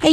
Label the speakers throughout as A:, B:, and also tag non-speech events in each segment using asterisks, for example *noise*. A: Hey,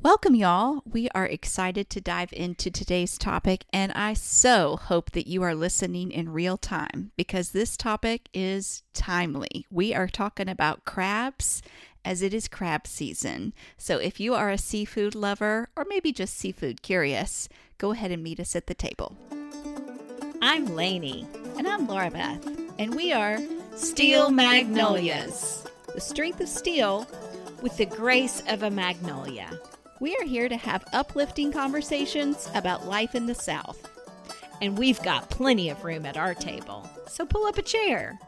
A: Welcome, y'all. We are excited to dive into today's topic, and I so hope that you are listening in real time because this topic is timely. We are talking about crabs as it is crab season. So, if you are a seafood lover or maybe just seafood curious, go ahead and meet us at the table.
B: I'm Lainey.
A: And I'm Laura Beth, and we are
B: Steel Magnolias.
A: the strength of steel
B: With the grace of a magnolia.
A: We are here to have uplifting conversations about life in the South.
B: And we've got plenty of room at our table. So pull up a chair.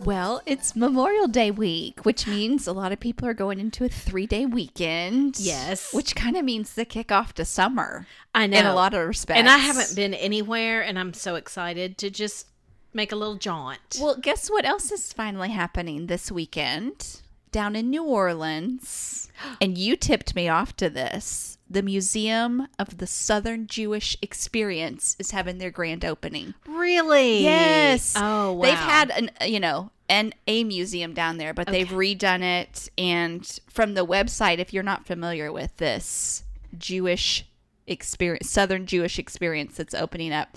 A: Well, it's Memorial Day week, which means a lot of people are going into a three day weekend.
B: Yes.
A: Which kind of means the kickoff to summer
B: I know.
A: in a lot of respects.
B: And I haven't been anywhere, and I'm so excited to just make a little jaunt.
A: Well, guess what else is finally happening this weekend? Down in New Orleans, and you tipped me off to this. The Museum of the Southern Jewish Experience is having their grand opening.
B: really?
A: Yes.
B: Oh, wow.
A: They've had an you know an a museum down there, but they've redone it. And from the website, if you're not familiar with this Jewish experience, Southern Jewish experience that's opening up,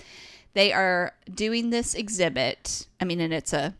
A: they are doing this exhibit. I mean, and it's a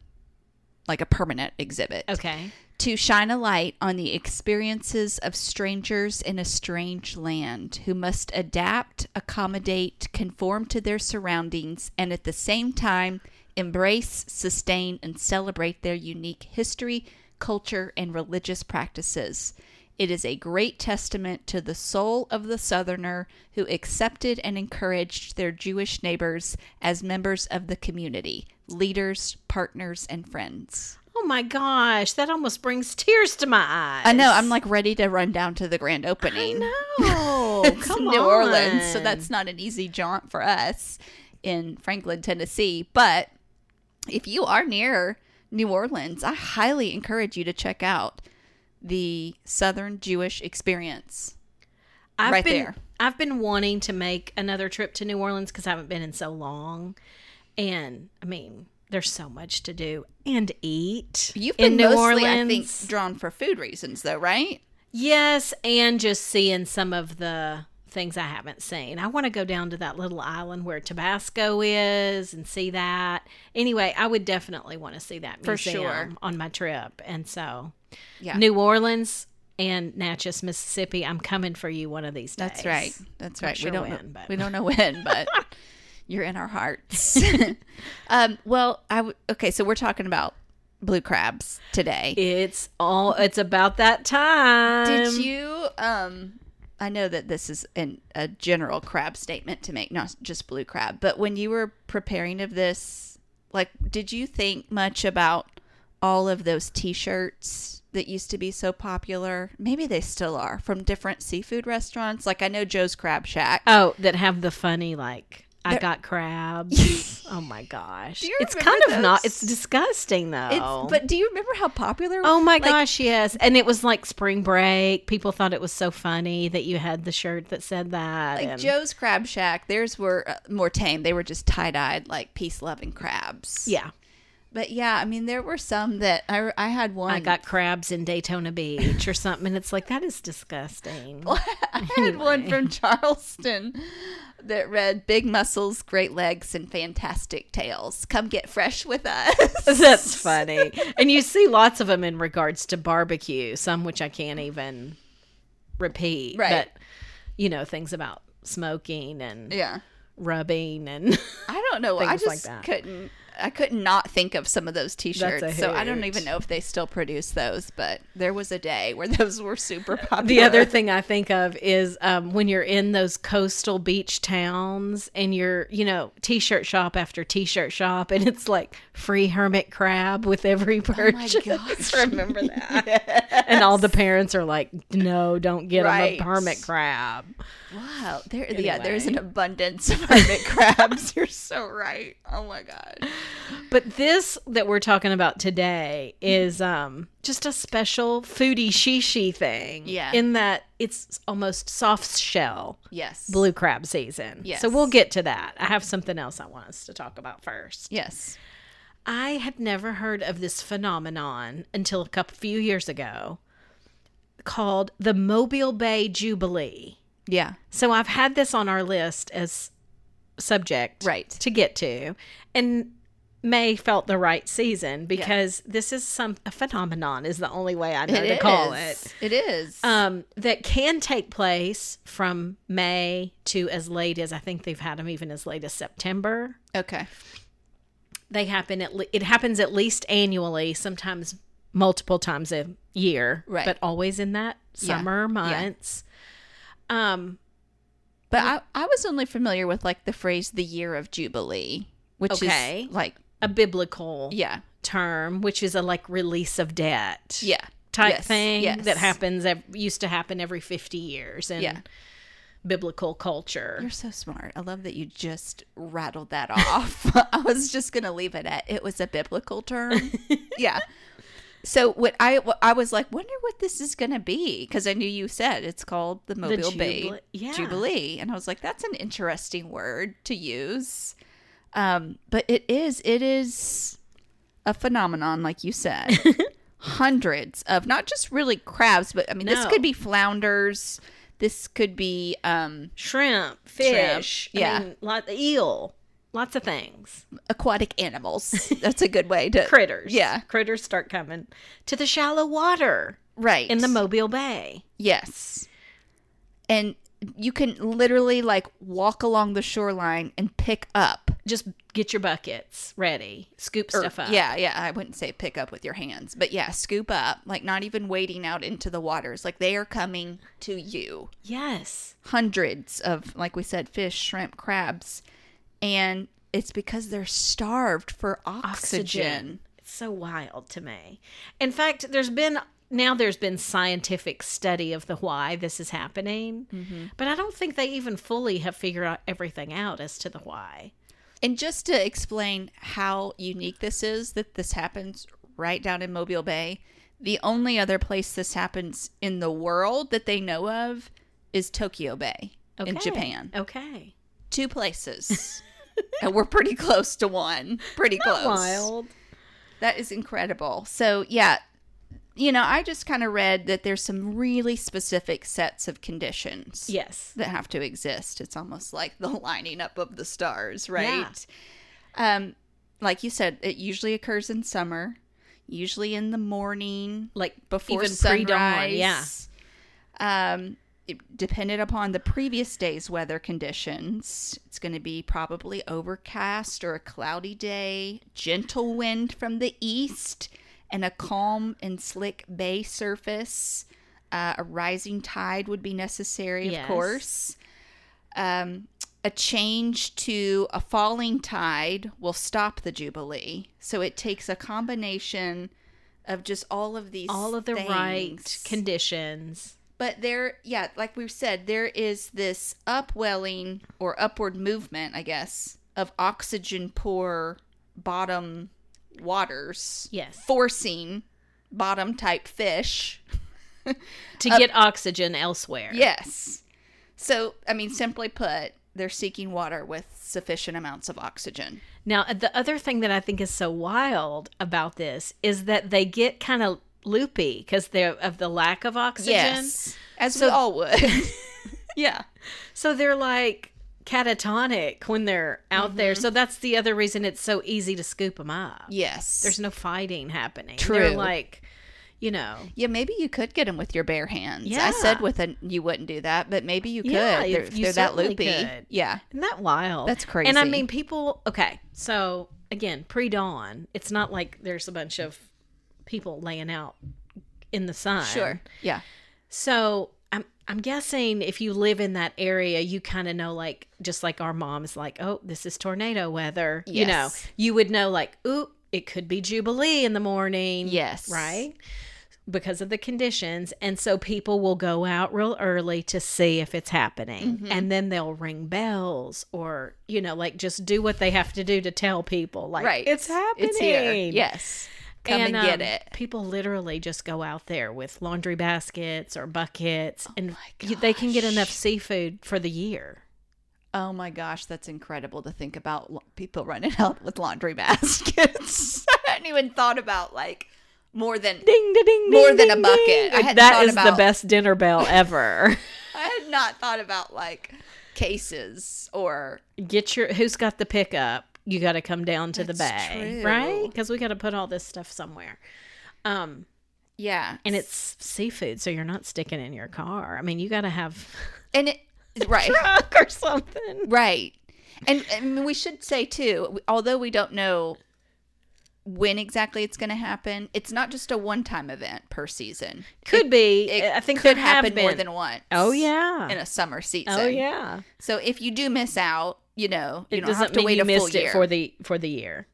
A: like a permanent exhibit
B: Okay.
A: to shine a light on the experiences of strangers in a strange land who must adapt, accommodate, conform to their surroundings, and at the same time embrace, sustain, and celebrate their unique history, culture, and religious practices. It is a great testament to the soul of the Southerner who accepted and encouraged their Jewish neighbors as members of the community, leaders, partners, and friends.
B: Oh my gosh, that almost brings tears to my eyes.
A: I know. I'm like ready to run down to the grand opening.
B: No,
A: *laughs* It's
B: come
A: New Orleans, so
B: on.
A: that's not an easy jaunt for us in Franklin, Tennessee. But if you are near New Orleans, I highly encourage you to check out the Southern Jewish Experience.
B: I've
A: right
B: been,
A: there.
B: I've been wanting to make another trip to New Orleans because I haven't been in so long, and I mean, there's so much to do and eat.
A: You've been
B: in New
A: mostly, I
B: Orleans,
A: think, drawn for food reasons, though, right?
B: yes, and just seeing some of the things I haven't seen. I want to go down to that little island where Tabasco is and see that. Anyway, I would definitely want to see that
A: For
B: museum
A: sure.
B: on my trip, and so
A: Yeah.
B: New Orleans and Natchez, Mississippi. I'm coming for you one of these days.
A: That's right. That's right.
B: sure
A: we don't
B: when,
A: know,
B: but-
A: we don't know when, *laughs* but you're in our hearts. *laughs* um, well, I w- okay. So we're talking about blue crabs today.
B: It's all it's about that time.
A: Did you? Um, I know that this is an, a general crab statement to make, not just blue crab. But when you were preparing of this, like, did you think much about all of those T-shirts that used to be so popular? Maybe they still are from different seafood restaurants. Like I know Joe's Crab Shack.
B: Oh, that have the funny like I
A: *laughs*
B: got crabs. oh my gosh.
A: you
B: It's
A: remember
B: kind of not
A: those?
B: it's disgusting though.
A: It's, but do you remember how popular?
B: Oh my
A: like,
B: gosh, yes. And it was like spring break. People thought it was so funny that you had the shirt that said that.
A: Like
B: and-
A: Joe's Crab Shack, theirs were uh, more tame. They were just tie dyed, like peace loving crabs.
B: yeah.
A: But yeah, I mean, there were some that I, I had one.
B: I got crabs in Daytona Beach or something. And it's like that is disgusting.
A: *laughs* I had one from Charleston *laughs* that read "Big muscles, great legs, and fantastic tails. Come get fresh with
B: *laughs*
A: us." *laughs*
B: That's funny. And you see lots of them in regards to barbecue, some which I can't even repeat.
A: Right.
B: But, you know, things about smoking and
A: yeah, *laughs*
B: rubbing and *laughs*
A: I don't know. I
B: Things like
A: just
B: that.
A: couldn't. I could not think of some of those T-shirts, so I don't
B: hoot.
A: even know if they still produce those. But there was a day where *laughs* those were super popular.
B: the other thing I think of is um, when you're in those coastal beach towns and you're, you know, t shirt shop after t shirt shop, and it's like free hermit crab with
A: Oh
B: every purchase.
A: gosh. *laughs*
B: Remember that? And all the parents are like, no, don't get 'em
A: Right.
B: a hermit crab.
A: Wow, there, yeah, there's an
B: Anyway.
A: abundance of *laughs* hermit crabs. You're so right. Oh my god.
B: But this that we're talking about today is um, just a special foodie shishi thing.
A: Yeah.
B: In that it's almost soft shell.
A: Yes.
B: blue crab season.
A: Yes.
B: So we'll get to that. I have something else I want us to talk about first.
A: Yes.
B: I had never heard of this phenomenon until a couple few years ago called the Mobile Bay Jubilee.
A: Yeah.
B: So I've had this on our list as subject
A: Right.
B: to get to and May felt the right season because this is some a phenomenon is the only way I know to call it
A: is. It is.
B: um, that can take place from May to as late as I think they've had them even as late as September.
A: okay.
B: They happen at le- it happens at least annually, sometimes multiple times a year,
A: Right.
B: but always in that
A: Yeah.
B: summer months. Um,
A: But I, I was only familiar with like the phrase the year of jubilee, which
B: Okay.
A: is like
B: a biblical
A: yeah.
B: term, which is a like release of debt,
A: Yeah.
B: type
A: Yes.
B: thing
A: Yes.
B: that happens ev- used to happen every fifty years in
A: Yeah. Mm-hmm.
B: biblical culture.
A: You're so smart. I love that you just rattled that off. *laughs* I was just going to leave it at it was a biblical term. yeah. So what I what I was like wonder what this is going to be because I knew you said it's called the Mobile Bay
B: Jubile- yeah.
A: Jubilee and I was like that's an interesting word to use. Um but it is it is a phenomenon like you said. Hundreds of not just really crabs but I mean this
B: No.
A: could be flounders. This could be um
B: shrimp, fish, I
A: yeah.
B: mean, lot, eel, lots of things,
A: aquatic
B: *laughs*
A: animals. That's a good way to
B: critters.
A: Yeah,
B: critters start coming to the shallow water
A: right.
B: in the Mobile Bay.
A: yes, and you can literally like walk along the shoreline and pick up.
B: Just get your buckets ready, scoop
A: or-
B: stuff up.
A: Er, Yeah, yeah. I wouldn't say pick up with your hands, but yeah, scoop up. Like not even wading out into the waters. Like they are coming to you.
B: Yes.
A: Hundreds of like we said, fish, shrimp, crabs, and it's because they're starved for oxygen.
B: It's so wild to me. In fact, there's been now there's been scientific study of the why this is happening,
A: Mm-hmm.
B: but I don't think they even fully have figured out everything out as to the why.
A: And just to explain how unique this is, that this happens right down in Mobile Bay, the only other place this happens in the world that they know of is Tokyo Bay in
B: Okay. Oh.
A: Japan.
B: Okay.
A: Two
B: *laughs*
A: places. and we're pretty close to one. Pretty close.
B: Wild.
A: That is incredible. So, yeah, you know, I just kind of read that there's some really specific sets of conditions
B: Yes.
A: that have to exist. It's almost like the *laughs* lining up of the stars,
B: Yeah.
A: right? Um, like you said, it usually occurs in summer, usually in the morning
B: like
A: before
B: even
A: sunrise.
B: pre-dawn. Yeah,
A: Um, it- dependent upon the previous day's weather conditions, it's going to be probably overcast or a cloudy day, gentle wind from the east, and a calm and slick bay surface. Uh, a rising tide would be necessary, of
B: Yes.
A: course. Um, a change to a falling tide will stop the jubilee. So it takes a combination of just all of these,
B: all of the right
A: things.
B: conditions.
A: But there, yeah, like we've said, there is this upwelling or upward movement, I guess, of oxygen poor bottom waters,
B: Yes,
A: forcing bottom type fish.
B: to get oxygen elsewhere.
A: Yes. So, I mean, simply put, they're seeking water with sufficient amounts of oxygen.
B: Now uh, the other thing that I think is so wild about this is that they get kind of loopy because they're of the lack of oxygen.
A: As we all would.
B: *laughs*
A: *laughs* yeah.
B: So they're like catatonic when they're out there. So that's the other reason it's so easy to scoop them up.
A: Yes.
B: There's no fighting happening.
A: True.
B: They're like, you know.
A: Yeah, maybe you could get them with your bare hands. I
B: Yeah.
A: said with a you wouldn't do that, but maybe you could.
B: Yeah,
A: they're
B: if you
A: they're that
B: certainly
A: loopy.
B: could.
A: Yeah.
B: Isn't that wild?
A: That's
B: And I
A: crazy.
B: mean, people, okay, so again, pre dawn, it's not like there's a bunch of people laying out in the sun.
A: Yeah.
B: So I'm I'm guessing if you live in that area, you kind of know like just like our mom is like, oh, this is tornado weather. You know,
A: Yes.
B: you would know like, ooh, it could be jubilee in the morning.
A: Yes.
B: right. Because of the conditions. And so people will go out real early to see if it's happening.
A: Mm-hmm.
B: And then they'll ring bells or, you know, like just do what they have to do to tell people, like,
A: Right.
B: it's happening.
A: It's here. Yes. Come and, get
B: um,
A: it.
B: People literally just go out there with laundry baskets or buckets, and y- they can get enough seafood for the year.
A: Oh my gosh, that's incredible to think about lo- people running *laughs* out with laundry baskets. *laughs* I hadn't even thought about like more than
B: Ding, ding, ding,
A: More than a bucket. I
B: Like,
A: hadn't
B: that
A: thought
B: is
A: about-
B: the best dinner *laughs* bell ever.
A: I had not thought about like cases or
B: get your who's got the pickup you got to come down to the
A: That's
B: bay
A: true.
B: right because we got to put all this stuff somewhere um
A: yeah.
B: and it's seafood so you're not sticking in your car i mean you got to *laughs* have
A: and it right.
B: truck or something
A: Right. And, and we should say too, although we don't know when exactly it's going to happen, it's not just a one-time event per season.
B: could be
A: It
B: i think
A: could
B: there have
A: happen
B: been.
A: more than once.
B: oh yeah
A: in a summer season.
B: oh yeah
A: So if you do miss out, you know, you
B: it
A: don't
B: doesn't
A: have to
B: mean
A: wait
B: you
A: a full
B: missed
A: year.
B: it for the for the year.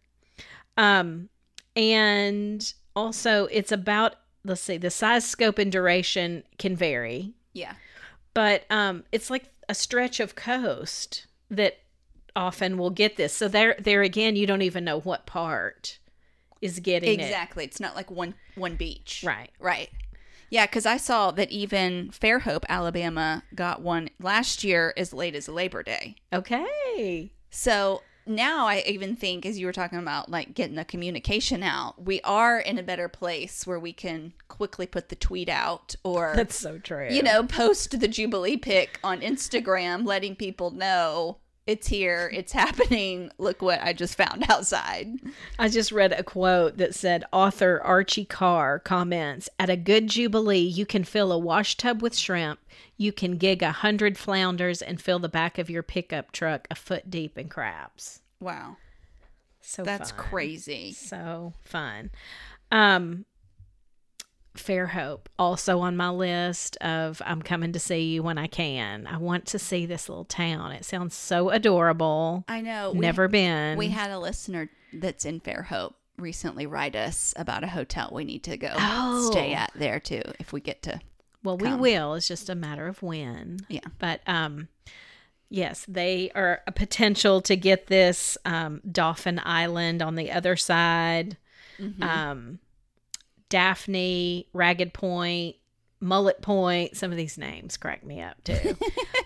B: Um, and also it's about let's see, the size, scope, and duration can vary,
A: yeah.
B: but um, it's like a stretch of coast that often will get this. So there, there again, you don't even know what part is getting
A: Exactly. It's not like one one beach.
B: it. Right.
A: Right. Yeah, because I saw that even Fairhope, Alabama, got one last year as late as Labor Day.
B: Okay.
A: So now I even think, as you were talking about, like getting the communication out, we are in a better place where we can quickly put the tweet out or,
B: That's so true.
A: you know, post the Jubilee pic on Instagram, letting people know it's here, it's happening. Look what I just found outside.
B: I just read a quote that said author Archie Carr comments At a good Jubilee, you can fill a wash tub with shrimp, you can gig a hundred flounders, and fill the back of your pickup truck a foot deep in crabs.
A: Wow.
B: So
A: That's
B: fun.
A: crazy.
B: So fun. Um, Fairhope also on my list of I'm coming to see you when I can. I want to see this little town. It sounds so adorable.
A: I know. we-
B: Never been.
A: We had a listener that's in Fairhope recently write us about a hotel we need to go
B: Oh.
A: stay at there too if we get to.
B: Well,
A: come.
B: we will. It's just a matter of when.
A: Yeah.
B: But um yes, they are a potential to get this um Dolphin Island on the other side.
A: Mm-hmm.
B: Um Daphne, Ragged Point, Mullet Point, some of these names crack me up
A: *laughs*
B: too.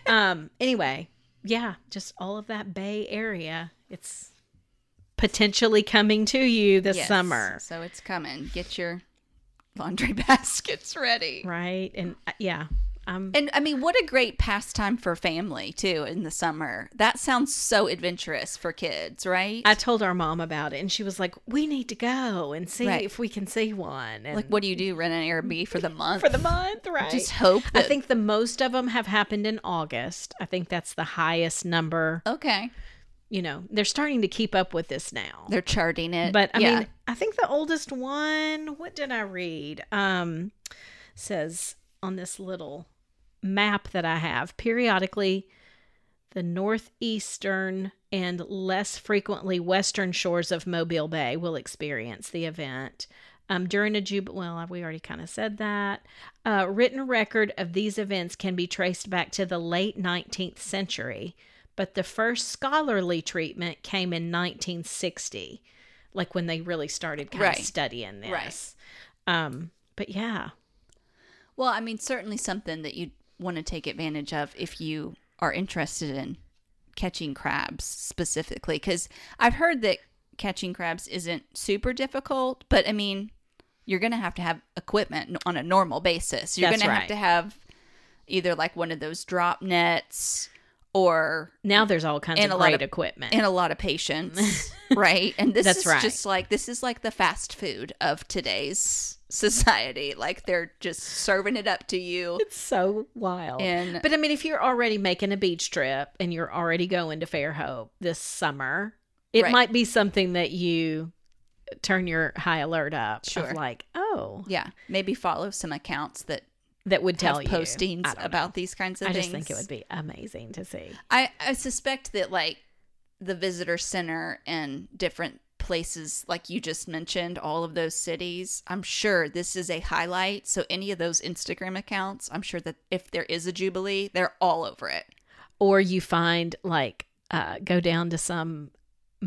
B: um anyway, yeah, just all of that bay area. It's potentially coming to you this
A: Yes.
B: summer.
A: So it's coming. Get your laundry *laughs* baskets ready.
B: Right? And uh, yeah, I'm
A: And I mean, what a great pastime for family too in the summer. That sounds so adventurous for kids, right?
B: I told our mom about it, and she was like, "We need to go and see
A: Right.
B: if we can see one." And
A: like, what do you do? Rent an Airbnb for the month?
B: *laughs* for the month, right?
A: Just hope.
B: I
A: That,
B: think the most of them have happened in August. I think that's the highest number.
A: okay,
B: You know, they're starting to keep up with this now.
A: they're charting it.
B: but I
A: Yeah.
B: mean, I think the oldest one. What did I read? Um, says on this little map that I have periodically the northeastern and less frequently western shores of Mobile Bay will experience the event. Um, during a jub, well, we already kind of said that. Uh, written record of these events can be traced back to the late 19th century, but the first scholarly treatment came in 1960, like when they really started kind
A: Right.
B: of studying
A: Right.
B: this. Um, but yeah,
A: well, I mean, certainly something that you want to take advantage of if you are interested in catching crabs specifically, because I've heard that catching crabs isn't super difficult, but I mean, you're going to have to have equipment on a normal basis. You're
B: That's
A: going to
B: right.
A: have to have either like one of those drop nets or
B: Now there's all kinds
A: And
B: of
A: a lot
B: great
A: of-
B: equipment.
A: and a lot of
B: *laughs*
A: patience, right? And this
B: That's
A: is
B: right.
A: just like this is like the fast food of today's society. Like they're just serving it up to you.
B: *laughs* It's so wild.
A: And
B: But I mean, if you're already making a beach trip and you're already going to Fairhope this summer, it
A: Right.
B: might be something that you turn your high alert up. of
A: Sure.
B: like, oh,
A: yeah, maybe follow some accounts that
B: that would tell
A: have
B: you I
A: postings
B: don't know.
A: about these kinds of
B: I
A: things.
B: just think it would be amazing to see.
A: I, I suspect that like the visitor center and different places like you just mentioned all of those cities i'm sure this is a highlight so any of those instagram accounts i'm sure that if there is a jubilee they're all over it
B: Or you find like, uh, go down to some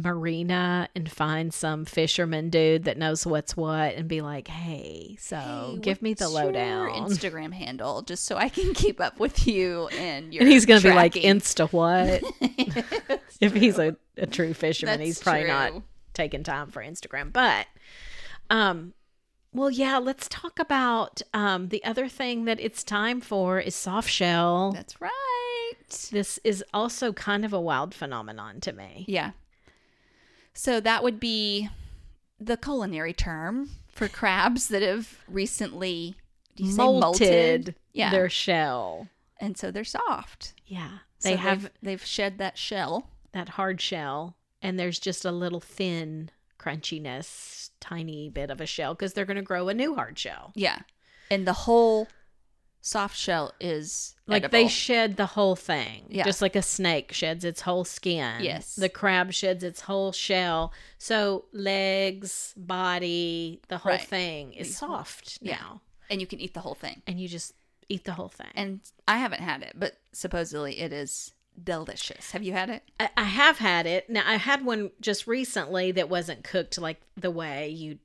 B: marina and find some fisherman dude that knows what's what and be like, hey, so
A: Hey,
B: give me the
A: what's your
B: lowdown.
A: instagram handle just so i can *laughs* keep up with you and your
B: *laughs* and he's going to be like,
A: tracking. *laughs*
B: Insta what? if he's a, a true fisherman,
A: That's
B: he's probably not
A: true.
B: taking time for Instagram. But um well yeah, let's talk about um the other thing that it's time for is soft shell.
A: that's right
B: This is also kind of a wild phenomenon to me.
A: Yeah. So that would be the culinary term for crabs that have recently do you say molted. Yeah.
B: their shell.
A: and so they're soft.
B: Yeah.
A: So
B: They have
A: they've, they've shed that shell.
B: that hard shell and there's just a little thin crunchiness, tiny bit of a shell because they're going to grow a new hard shell.
A: Yeah. And the whole soft shell is
B: Like they
A: edible.
B: shed the whole thing.
A: Yeah.
B: Just like a snake sheds its whole skin.
A: Yes.
B: The crab sheds its whole shell. So legs, body, the whole
A: Right.
B: thing is
A: These-
B: soft
A: yeah.
B: now.
A: and you can eat the whole thing.
B: And you just eat the whole thing.
A: And I haven't had it, but supposedly it is delicious. Have you had it?
B: I, I have had it. Now I had one just recently that wasn't cooked like the way you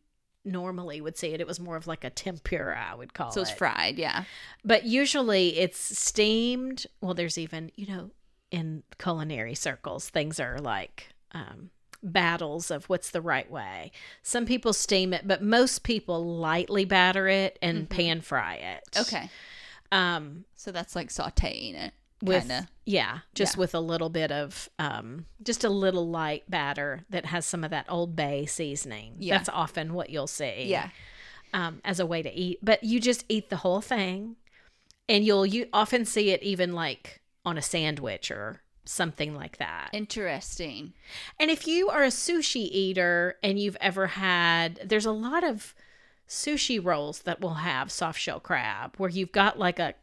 B: normally would see it. It was more of like a tempura, I would call
A: so
B: it.
A: it's fried, yeah.
B: But usually it's steamed. Well, there's even, you know, in culinary circles, things are like um, battles of what's the right way. Some people steam it, but most people lightly batter it
A: Mhm.
B: and pan fry it.
A: Okay.
B: Um,
A: So that's like sauteing it.
B: with
A: Kinda.
B: yeah, just
A: Yeah.
B: with a little bit of um, just a little light batter that has some of that Old Bay seasoning.
A: Yeah.
B: That's often what you'll see
A: Yeah.
B: um, as a way to eat, but you just eat the whole thing, and you'll you often see it even like on a sandwich or something like that. And,
A: Interesting.
B: if you are a sushi eater and you've ever had, there's a lot of sushi rolls that will have soft shell crab where you've got like a,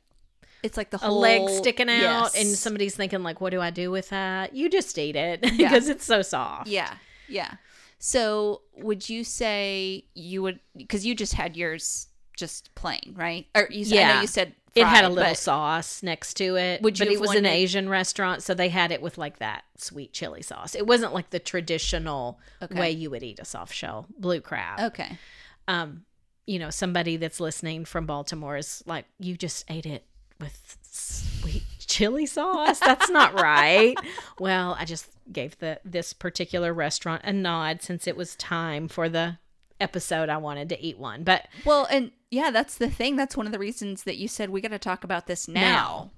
A: It's like the
B: a
A: whole
B: leg sticking out
A: Yes.
B: and somebody's thinking like what do i do with that you just eat it *laughs*
A: Yeah.
B: because it's so soft
A: Yeah, yeah. So would you say you would because you just had yours just plain, right? Or you, yeah, I know
B: Yeah.
A: you said
B: it had a
A: fried,
B: little
A: but-
B: sauce next to it
A: Would
B: but
A: you
B: it
A: have
B: was an
A: wanted-
B: asian restaurant so they had it with like that sweet chili sauce it wasn't like the traditional
A: Okay. Oh.
B: way you would eat a soft shell blue crab
A: Okay,
B: um you know somebody that's listening from baltimore is like you just ate it with sweet chili sauce that's not
A: *laughs*
B: right well i just gave the this particular restaurant a nod since it was time for the episode i wanted to eat one but
A: well, and yeah, that's the thing. That's one of the reasons that you said we got to talk about this now.
B: Now.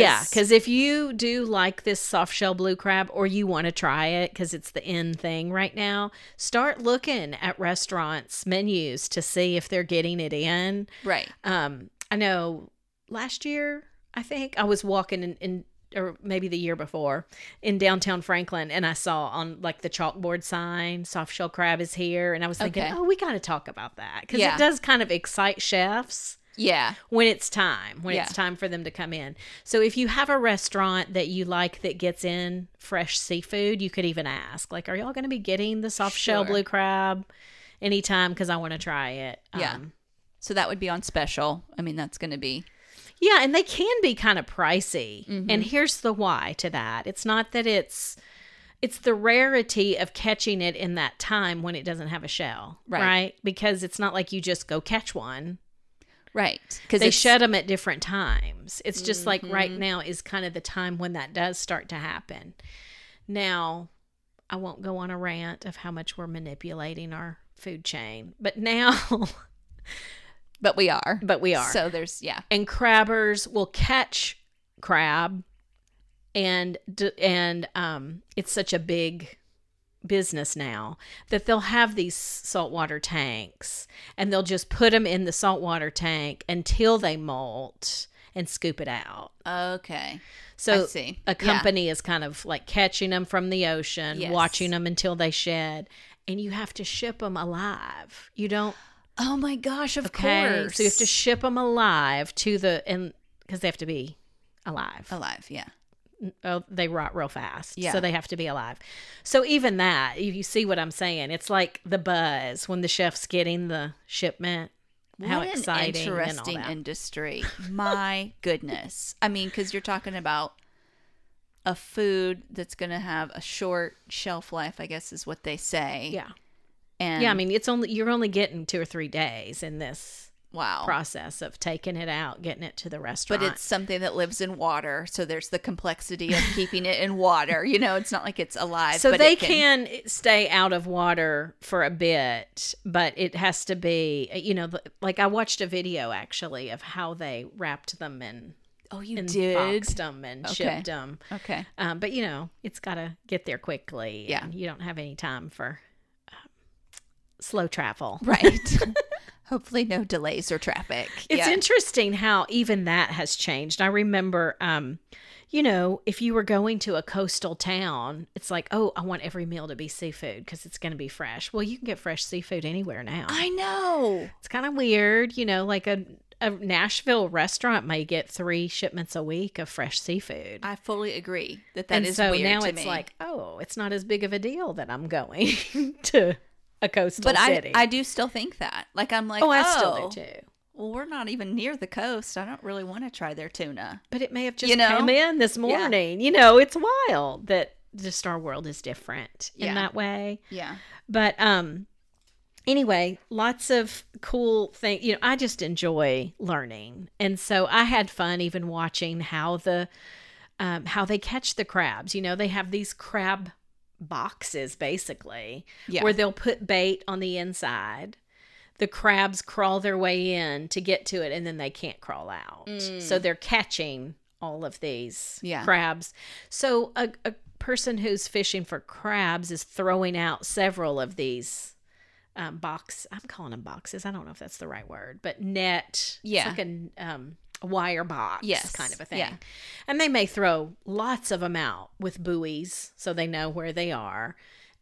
B: Yeah, because if you do like this soft shell blue crab or you want to try it because it's the in thing right now, start looking at restaurants' menus to see if they're getting it in.
A: right,
B: Um, I know last year, I think I was walking in, in or maybe the year before in downtown Franklin and I saw on like the chalkboard sign, soft shell crab is here. And I was thinking,
A: Okay.
B: oh, we got to talk about that because
A: Yeah.
B: it does kind of excite chefs
A: yeah,
B: when it's time when
A: Yeah.
B: it's time for them to come in so if you have a restaurant that you like that gets in fresh seafood you could even ask like are y'all going to be getting the soft shell
A: Sure.
B: blue crab anytime because i want to try it Um,
A: Yeah. so that would be on special. I mean, that's going to be
B: yeah and they can be kind of pricey
A: Mm-hmm.
B: and here's the why to that it's not that it's it's the rarity of catching it in that time when it doesn't have a shell
A: Right.
B: right? because it's not like you just go catch one
A: right because
B: they shed them at different times. It's just like right
A: Mm-hmm.
B: now is kind of the time when that does start to happen. Now, I won't go on a rant of how much we're manipulating our food chain, but now,
A: *laughs* but we are,
B: but we are.
A: So there's yeah,
B: and crabbers will catch crab and d- and um, it's such a big business now that they'll have these saltwater tanks and they'll just put them in the saltwater tank until they molt and scoop it out.
A: Okay.
B: So
A: I see.
B: a
A: Yeah.
B: company is kind of like catching them from the ocean,
A: Yes.
B: watching them until they shed, and you have to ship them alive. You don't
A: Oh my gosh, of
B: okay.
A: course.
B: So you have to ship them alive to the and because they have to be alive.
A: Alive, yeah.
B: Oh, they rot real fast.
A: Yeah.
B: So they have to be alive. So even that, if you see what I'm saying, it's like the buzz when the chef's getting the shipment. How
A: what
B: exciting
A: an
B: and all
A: interesting
B: that.
A: industry. *laughs* My goodness. I mean, because you're talking about a food that's going to have a short shelf life, I guess is what they say.
B: Yeah.
A: And
B: Yeah, I mean it's only you're only getting two or three days in this
A: wow.
B: process of taking it out, getting it to the restaurant.
A: But it's something that lives in water, so there's the complexity of keeping it in water. You know, it's not like it's alive.
B: so
A: Uh, but
B: they
A: it
B: can... stay out of water for a bit, but it has to be, uh, you know, the- like I watched a video actually of how they wrapped them and,
A: Oh, you
B: and
A: did.
B: boxed them and
A: Okay.
B: shipped them.
A: Okay.
B: Um, but you know, it's got to get there quickly.
A: Yeah.
B: and you don't have any time for um, slow travel.
A: Right. *laughs* Hopefully, no delays or traffic.
B: It's
A: yeah.
B: interesting how even that has changed. I remember, um, you know, if you were going to a coastal town, it's like, oh, I want every meal to be seafood because it's going to be fresh. Well, you can get fresh seafood anywhere now.
A: I know.
B: it's kind of weird, you know, like a, a Nashville restaurant may get three shipments a week of fresh seafood.
A: I fully agree that that is
B: and so
A: weird
B: now
A: to
B: it's
A: me.
B: like, oh, it's not as big of a deal that I'm going *laughs* to a coastal
A: but I,
B: city.
A: I do still think that. Like I'm like,
B: oh,
A: oh,
B: I still do too.
A: Well, we're not even near the coast. I don't really want to try their tuna.
B: but it may have just
A: You know?
B: come in this morning. You know, it's wild that just our world is different
A: Yeah.
B: in that way.
A: Yeah.
B: But um anyway, lots of cool things. You know, I just enjoy learning. And so I had fun even watching how the um how they catch the crabs. You know, they have these crab boxes basically
A: Yeah.
B: where they'll put bait on the inside. The crabs crawl their way in to get to it and then they can't crawl out. So they're catching all of these
A: Mm. Yeah.
B: crabs. So a, a person who's fishing for crabs is throwing out several of these um, box. I'm calling them boxes. I don't know if that's the right word, but net.
A: Yeah.
B: It's like a um, wire box
A: Yes.
B: kind of a thing.
A: Yeah.
B: And they may throw lots of them out with buoys so they know where they are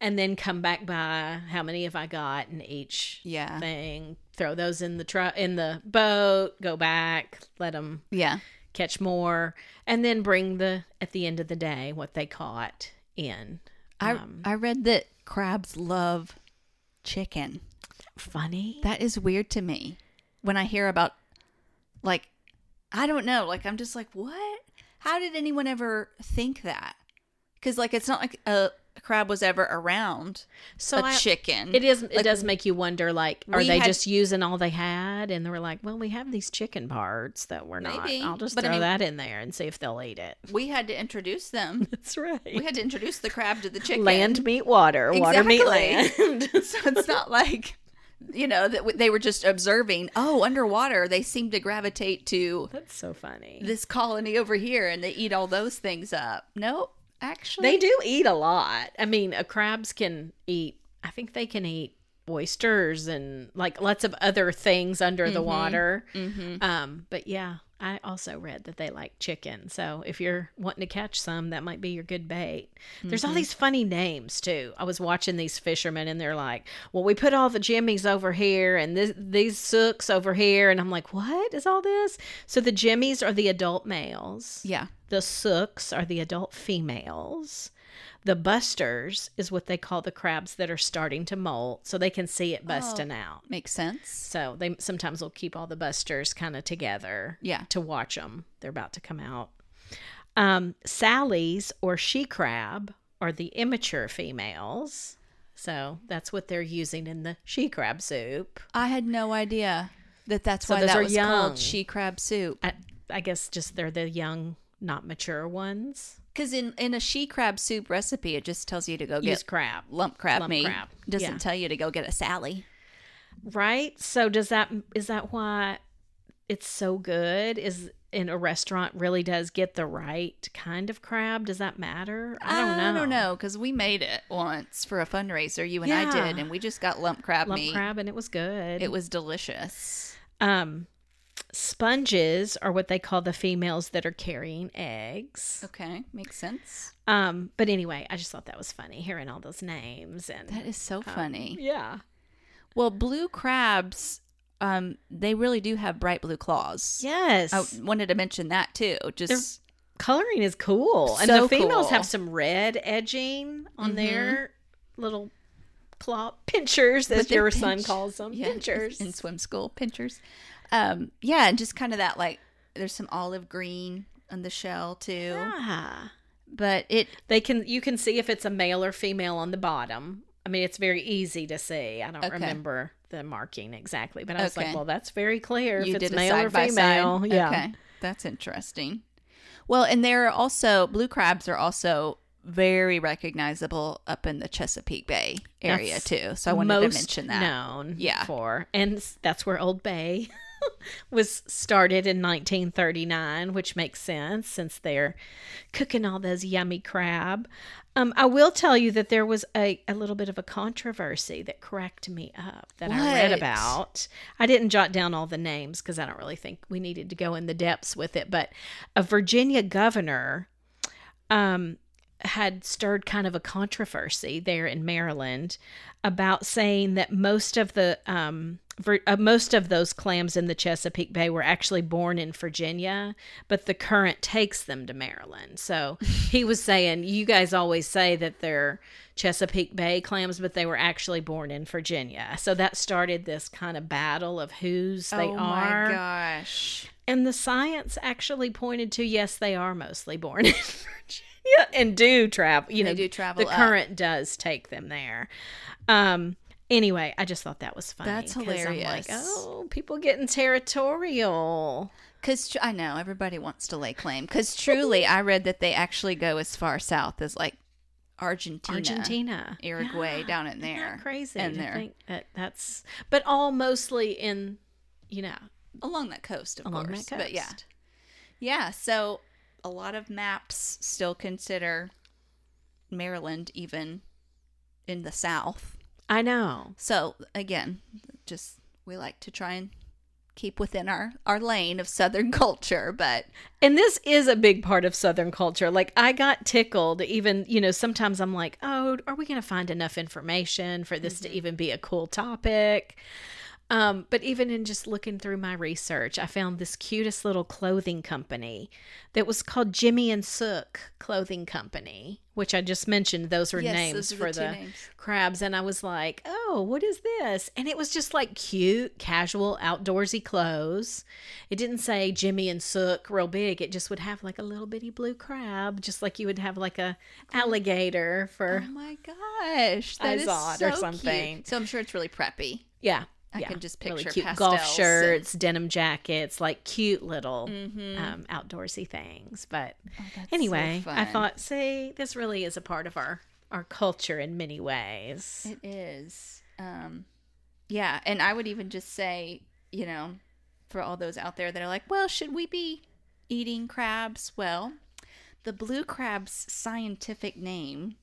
B: and then come back by how many have I got in each
A: Yeah.
B: thing, throw those in the truck in the boat, go back, let them
A: yeah.
B: catch more and then bring the at the end of the day what they caught in. Um,
A: I I read that crabs love chicken.
B: Funny.
A: That is weird to me. When I hear about like I don't know, like I'm just like, what? How did anyone ever think that? Cuz like it's not like a, a crab was ever around
B: So
A: a
B: I-
A: chicken.
B: It is. It
A: Like,
B: does make you wonder. Like, are
A: we
B: they
A: had-
B: just using all they had, and they were like, "Well, we have these chicken parts that we're not.
A: Maybe,
B: I'll just
A: but I
B: throw
A: mean-
B: that in there and see if they'll eat it."
A: we had to introduce them.
B: That's right.
A: We had to introduce the crab to the chicken.
B: land meat water, water meat
A: Exactly.
B: land.
A: *laughs* so it's not like you know that w- they were just observing oh underwater they seem to gravitate to
B: *laughs* That's so funny.
A: this colony over here and they eat all those things up nope actually
B: they do eat a lot. I mean, uh, crabs can eat. I think they can eat oysters and like lots of other things under the water. Um, but yeah, I also read that they like chicken. So if you're wanting to catch some, that might be your good bait. There's all these funny names too. I was watching these fishermen and they're like, "Well, we put all the jimmies over here and this, these sooks over here," and I'm like, "What is all this?" So the jimmies are the adult males.
A: yeah
B: The sooks are the adult females. The busters is what they call the crabs that are starting to molt, so they can see it busting out.
A: makes sense
B: So they sometimes will keep all the busters kind of together,
A: Yeah.
B: to watch them. They're about to come out. Um, Sally's or she crab are the immature females, so that's what they're using in the she crab soup.
A: i had no idea that that's
B: So
A: why
B: those
A: that
B: are
A: was
B: young.
A: called she crab soup
B: I, I guess just they're the young, not mature ones.
A: because in in a she crab soup recipe it just tells you to go get
B: Use crab.
A: lump crab
B: lump
A: meat
B: crab.
A: doesn't
B: Yeah.
A: tell you to go get a sally
B: right so does that is that why it's so good is in a restaurant really does get the right kind of crab? Does that matter? I don't know.
A: I don't know because we made it once for a fundraiser. You and I did,
B: Yeah.
A: and we just got lump crab
B: Lump
A: meat.
B: crab and it was good.
A: It was delicious.
B: um sponges are what they call the females that are carrying eggs.
A: Okay, makes sense.
B: Um but anyway, I just thought that was funny hearing all those names and
A: That is so funny.
B: yeah.
A: Well, blue crabs, um, they really do have bright blue claws.
B: Yes.
A: I wanted to mention that too. Just
B: Coloring is cool. And
A: So
B: the females
A: cool. Mm-hmm.
B: have some red edging on their little claw pinchers as
A: With their
B: your son
A: pinch-
B: calls them.
A: yeah,
B: pinchers.
A: in swim school, pinchers. Um, yeah, and just kind of that like there's some olive green on the shell too.
B: yeah.
A: But it
B: Ah. They can you can see if it's a male or female on the bottom. I mean, it's very easy to see. I don't
A: Okay.
B: remember the marking exactly, but I was
A: Okay.
B: like, well, that's very clear
A: you
B: if it's
A: did a
B: male
A: side
B: or
A: by
B: female.
A: side.
B: Yeah.
A: Okay. That's interesting. Well, and there are also blue crabs are also very recognizable up in the Chesapeake Bay area
B: That's
A: too. So I wanted
B: Most
A: to mention that.
B: known
A: Yeah.
B: for. And s- that's where Old Bay *laughs* was started in 1939, which makes sense since they're cooking all those yummy crab. Um, I will tell you that there was a, a little bit of a controversy that cracked me up that I read
A: What?
B: about. I didn't jot down all the names because I don't really think we needed to go in the depths with it, but a Virginia governor um, had stirred kind of a controversy there in Maryland about saying that most of the um, vir- uh, most of those clams in the Chesapeake Bay were actually born in Virginia, but the current takes them to Maryland. So he was saying, "You guys always say that they're Chesapeake Bay clams, but they were actually born in Virginia." So that started this kind of battle of whose they
A: oh
B: are.
A: my gosh.
B: And the science actually pointed to yes, they are mostly born *laughs* in Virginia and do travel. You
A: They
B: know,
A: do travel
B: The
A: up.
B: current does take them there. Um. Anyway, I just thought that was funny.
A: That's
B: 'cause I'm like,
A: hilarious.
B: oh, people getting territorial.
A: Because tr- I know everybody wants to lay claim. Because truly, I read that they actually go as far south as like Argentina,
B: Argentina,
A: Uruguay,
B: Yeah.
A: down in
B: Isn't that
A: there,
B: crazy.
A: in
B: to
A: there
B: think that that's, but all mostly in, you know,
A: along that coast, of
B: along
A: course.
B: that coast.
A: But yeah, yeah. So a lot of maps still consider Maryland even in the south.
B: I know.
A: So again, just we like to try and keep within our our lane of Southern *laughs* culture, but
B: And this is a big part of Southern culture. Like, I got tickled, even, you know, sometimes I'm like, oh, are we going to find enough information for this
A: Mm-hmm.
B: to even be a cool topic? Um, but even in just looking through my research, I found this cutest little clothing company that was called Jimmy and Sook Clothing Company, which I just mentioned. Those are
A: Yes,
B: names
A: those are the
B: for
A: two
B: the
A: names.
B: crabs. And I was like, oh, what is this? And it was just like cute, casual, outdoorsy clothes. It didn't say Jimmy and Sook real big. It just would have like a little bitty blue crab, just like you would have like a alligator for,
A: Oh my gosh, that is
B: Izod
A: so
B: or something.
A: Cute. So I'm sure it's really preppy.
B: yeah.
A: I
B: yeah.
A: can just
B: Really
A: picture
B: cute golf
A: pastels
B: shirts, denim jackets, like cute little um, outdoorsy things. But
A: Mm-hmm. Oh, that's so
B: anyway, I
A: fun.
B: thought, see, this really is a part of our our culture in many ways.
A: It is. Um, yeah, and I would even just say, you know, for all those out there that are like, well, should we be eating crabs? Well, the blue crab's scientific name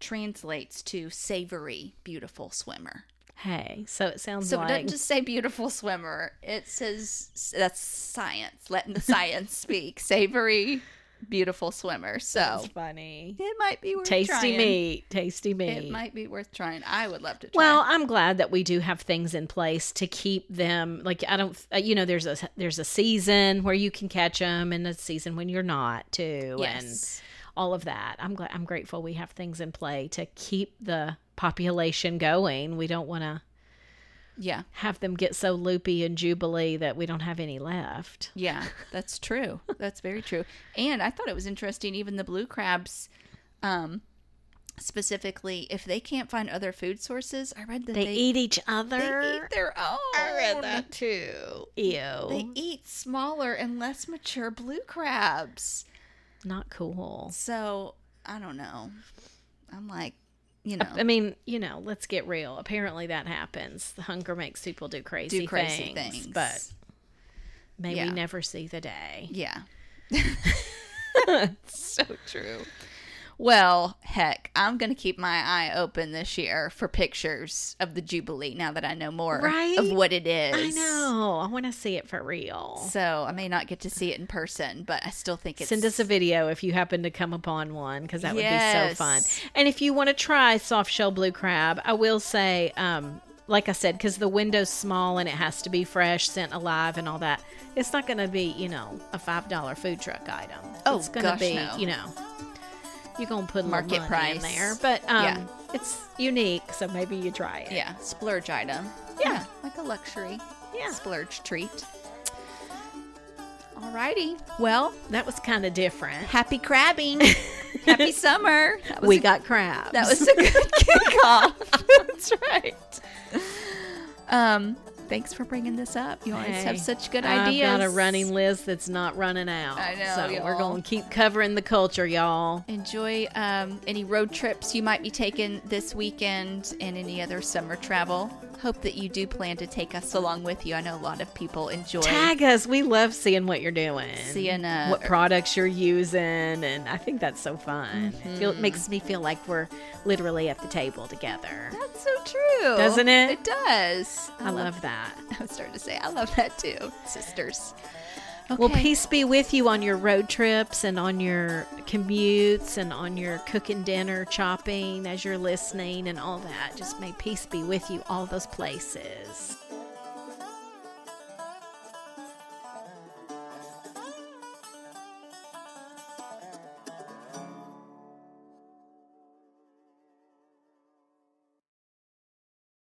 A: translates to savory, beautiful swimmer.
B: hey, so it sounds
A: So it
B: like
A: doesn't just say beautiful swimmer. It says that's science, letting the *laughs* science speak. Savory, beautiful swimmer. So
B: That's funny.
A: it might be worth
B: Tasty
A: trying.
B: meat, tasty meat.
A: It might be worth trying. I would love to try.
B: Well, I'm glad that we do have things in place to keep them. Like I don't, uh, you know, there's a there's a season where you can catch them, and a season when you're not too,
A: yes.
B: and all of that. I'm glad. I'm grateful we have things in play to keep the population going. We don't want to
A: yeah.
B: have them get so loopy and jubilee that we don't have any left.
A: Yeah, that's true. That's very true. And I thought it was interesting, even the blue crabs, um, specifically, if they can't find other food sources, I read that
B: They,
A: they,
B: eat each
A: they
B: other. Oh,
A: eat their own. I read that too. They
B: Ew,
A: eat smaller and less mature blue crabs.
B: not cool.
A: So I don't know. I'm like, you know,
B: I mean, you know, let's get real. Apparently, that happens. The hunger makes people do crazy,
A: do crazy things.
B: things, But May
A: Yeah.
B: we never see the day. *laughs*
A: Yeah. so true. Well, heck, I'm going to keep my eye open this year for pictures of the Jubilee now that I know more
B: Right?
A: of what it is.
B: I know. I want to see it for real.
A: So I may not get to see it in person, but I still think it's.
B: Send us a video if you happen to come upon one because that would be so
A: Yes.
B: fun. And if you want to try soft shell blue crab, I will say, um, like I said, because the window's small and it has to be fresh, sent alive, and all that, it's not going to be, you know, a $5 food truck item.
A: Oh,
B: it's gonna
A: gosh,
B: be,
A: no.
B: you know, you're going to put a little
A: Market
B: money in
A: price.
B: there. But um,
A: Yeah.
B: it's unique, so maybe you try it.
A: Yeah, splurge item.
B: Yeah.
A: like a luxury
B: Yeah.
A: splurge treat. Alrighty.
B: *laughs*
A: Well,
B: That was kind of different.
A: happy
B: *laughs*
A: crabbing. happy summer. That was
B: We
A: a-
B: got crabs.
A: That was a good *laughs* kickoff.
B: *laughs*
A: That's right. Um, thanks for bringing this up. You always
B: Hey,
A: have such good
B: I've
A: ideas.
B: got a running list that's not running out.
A: I know,
B: So we're
A: y'all.
B: going to keep covering the culture, y'all.
A: Enjoy um, any road trips you might be taking this weekend and any other summer travel. Hope that you do plan to take us along with you. I know a lot of people enjoy.
B: Tag us. We love seeing what you're doing,
A: Seeing, uh,
B: what products you're using, and I think that's so fun. It,
A: Mm-hmm.
B: feel, it makes me feel like we're literally at the table together.
A: That's so true.
B: Doesn't it?
A: It does.
B: I love that.
A: *laughs* I was starting to say I love that too, sisters. Okay.
B: Well, peace be with you on your road trips and on your commutes and on your cooking dinner, chopping as you're listening, and all that. Just may peace be with you all those places.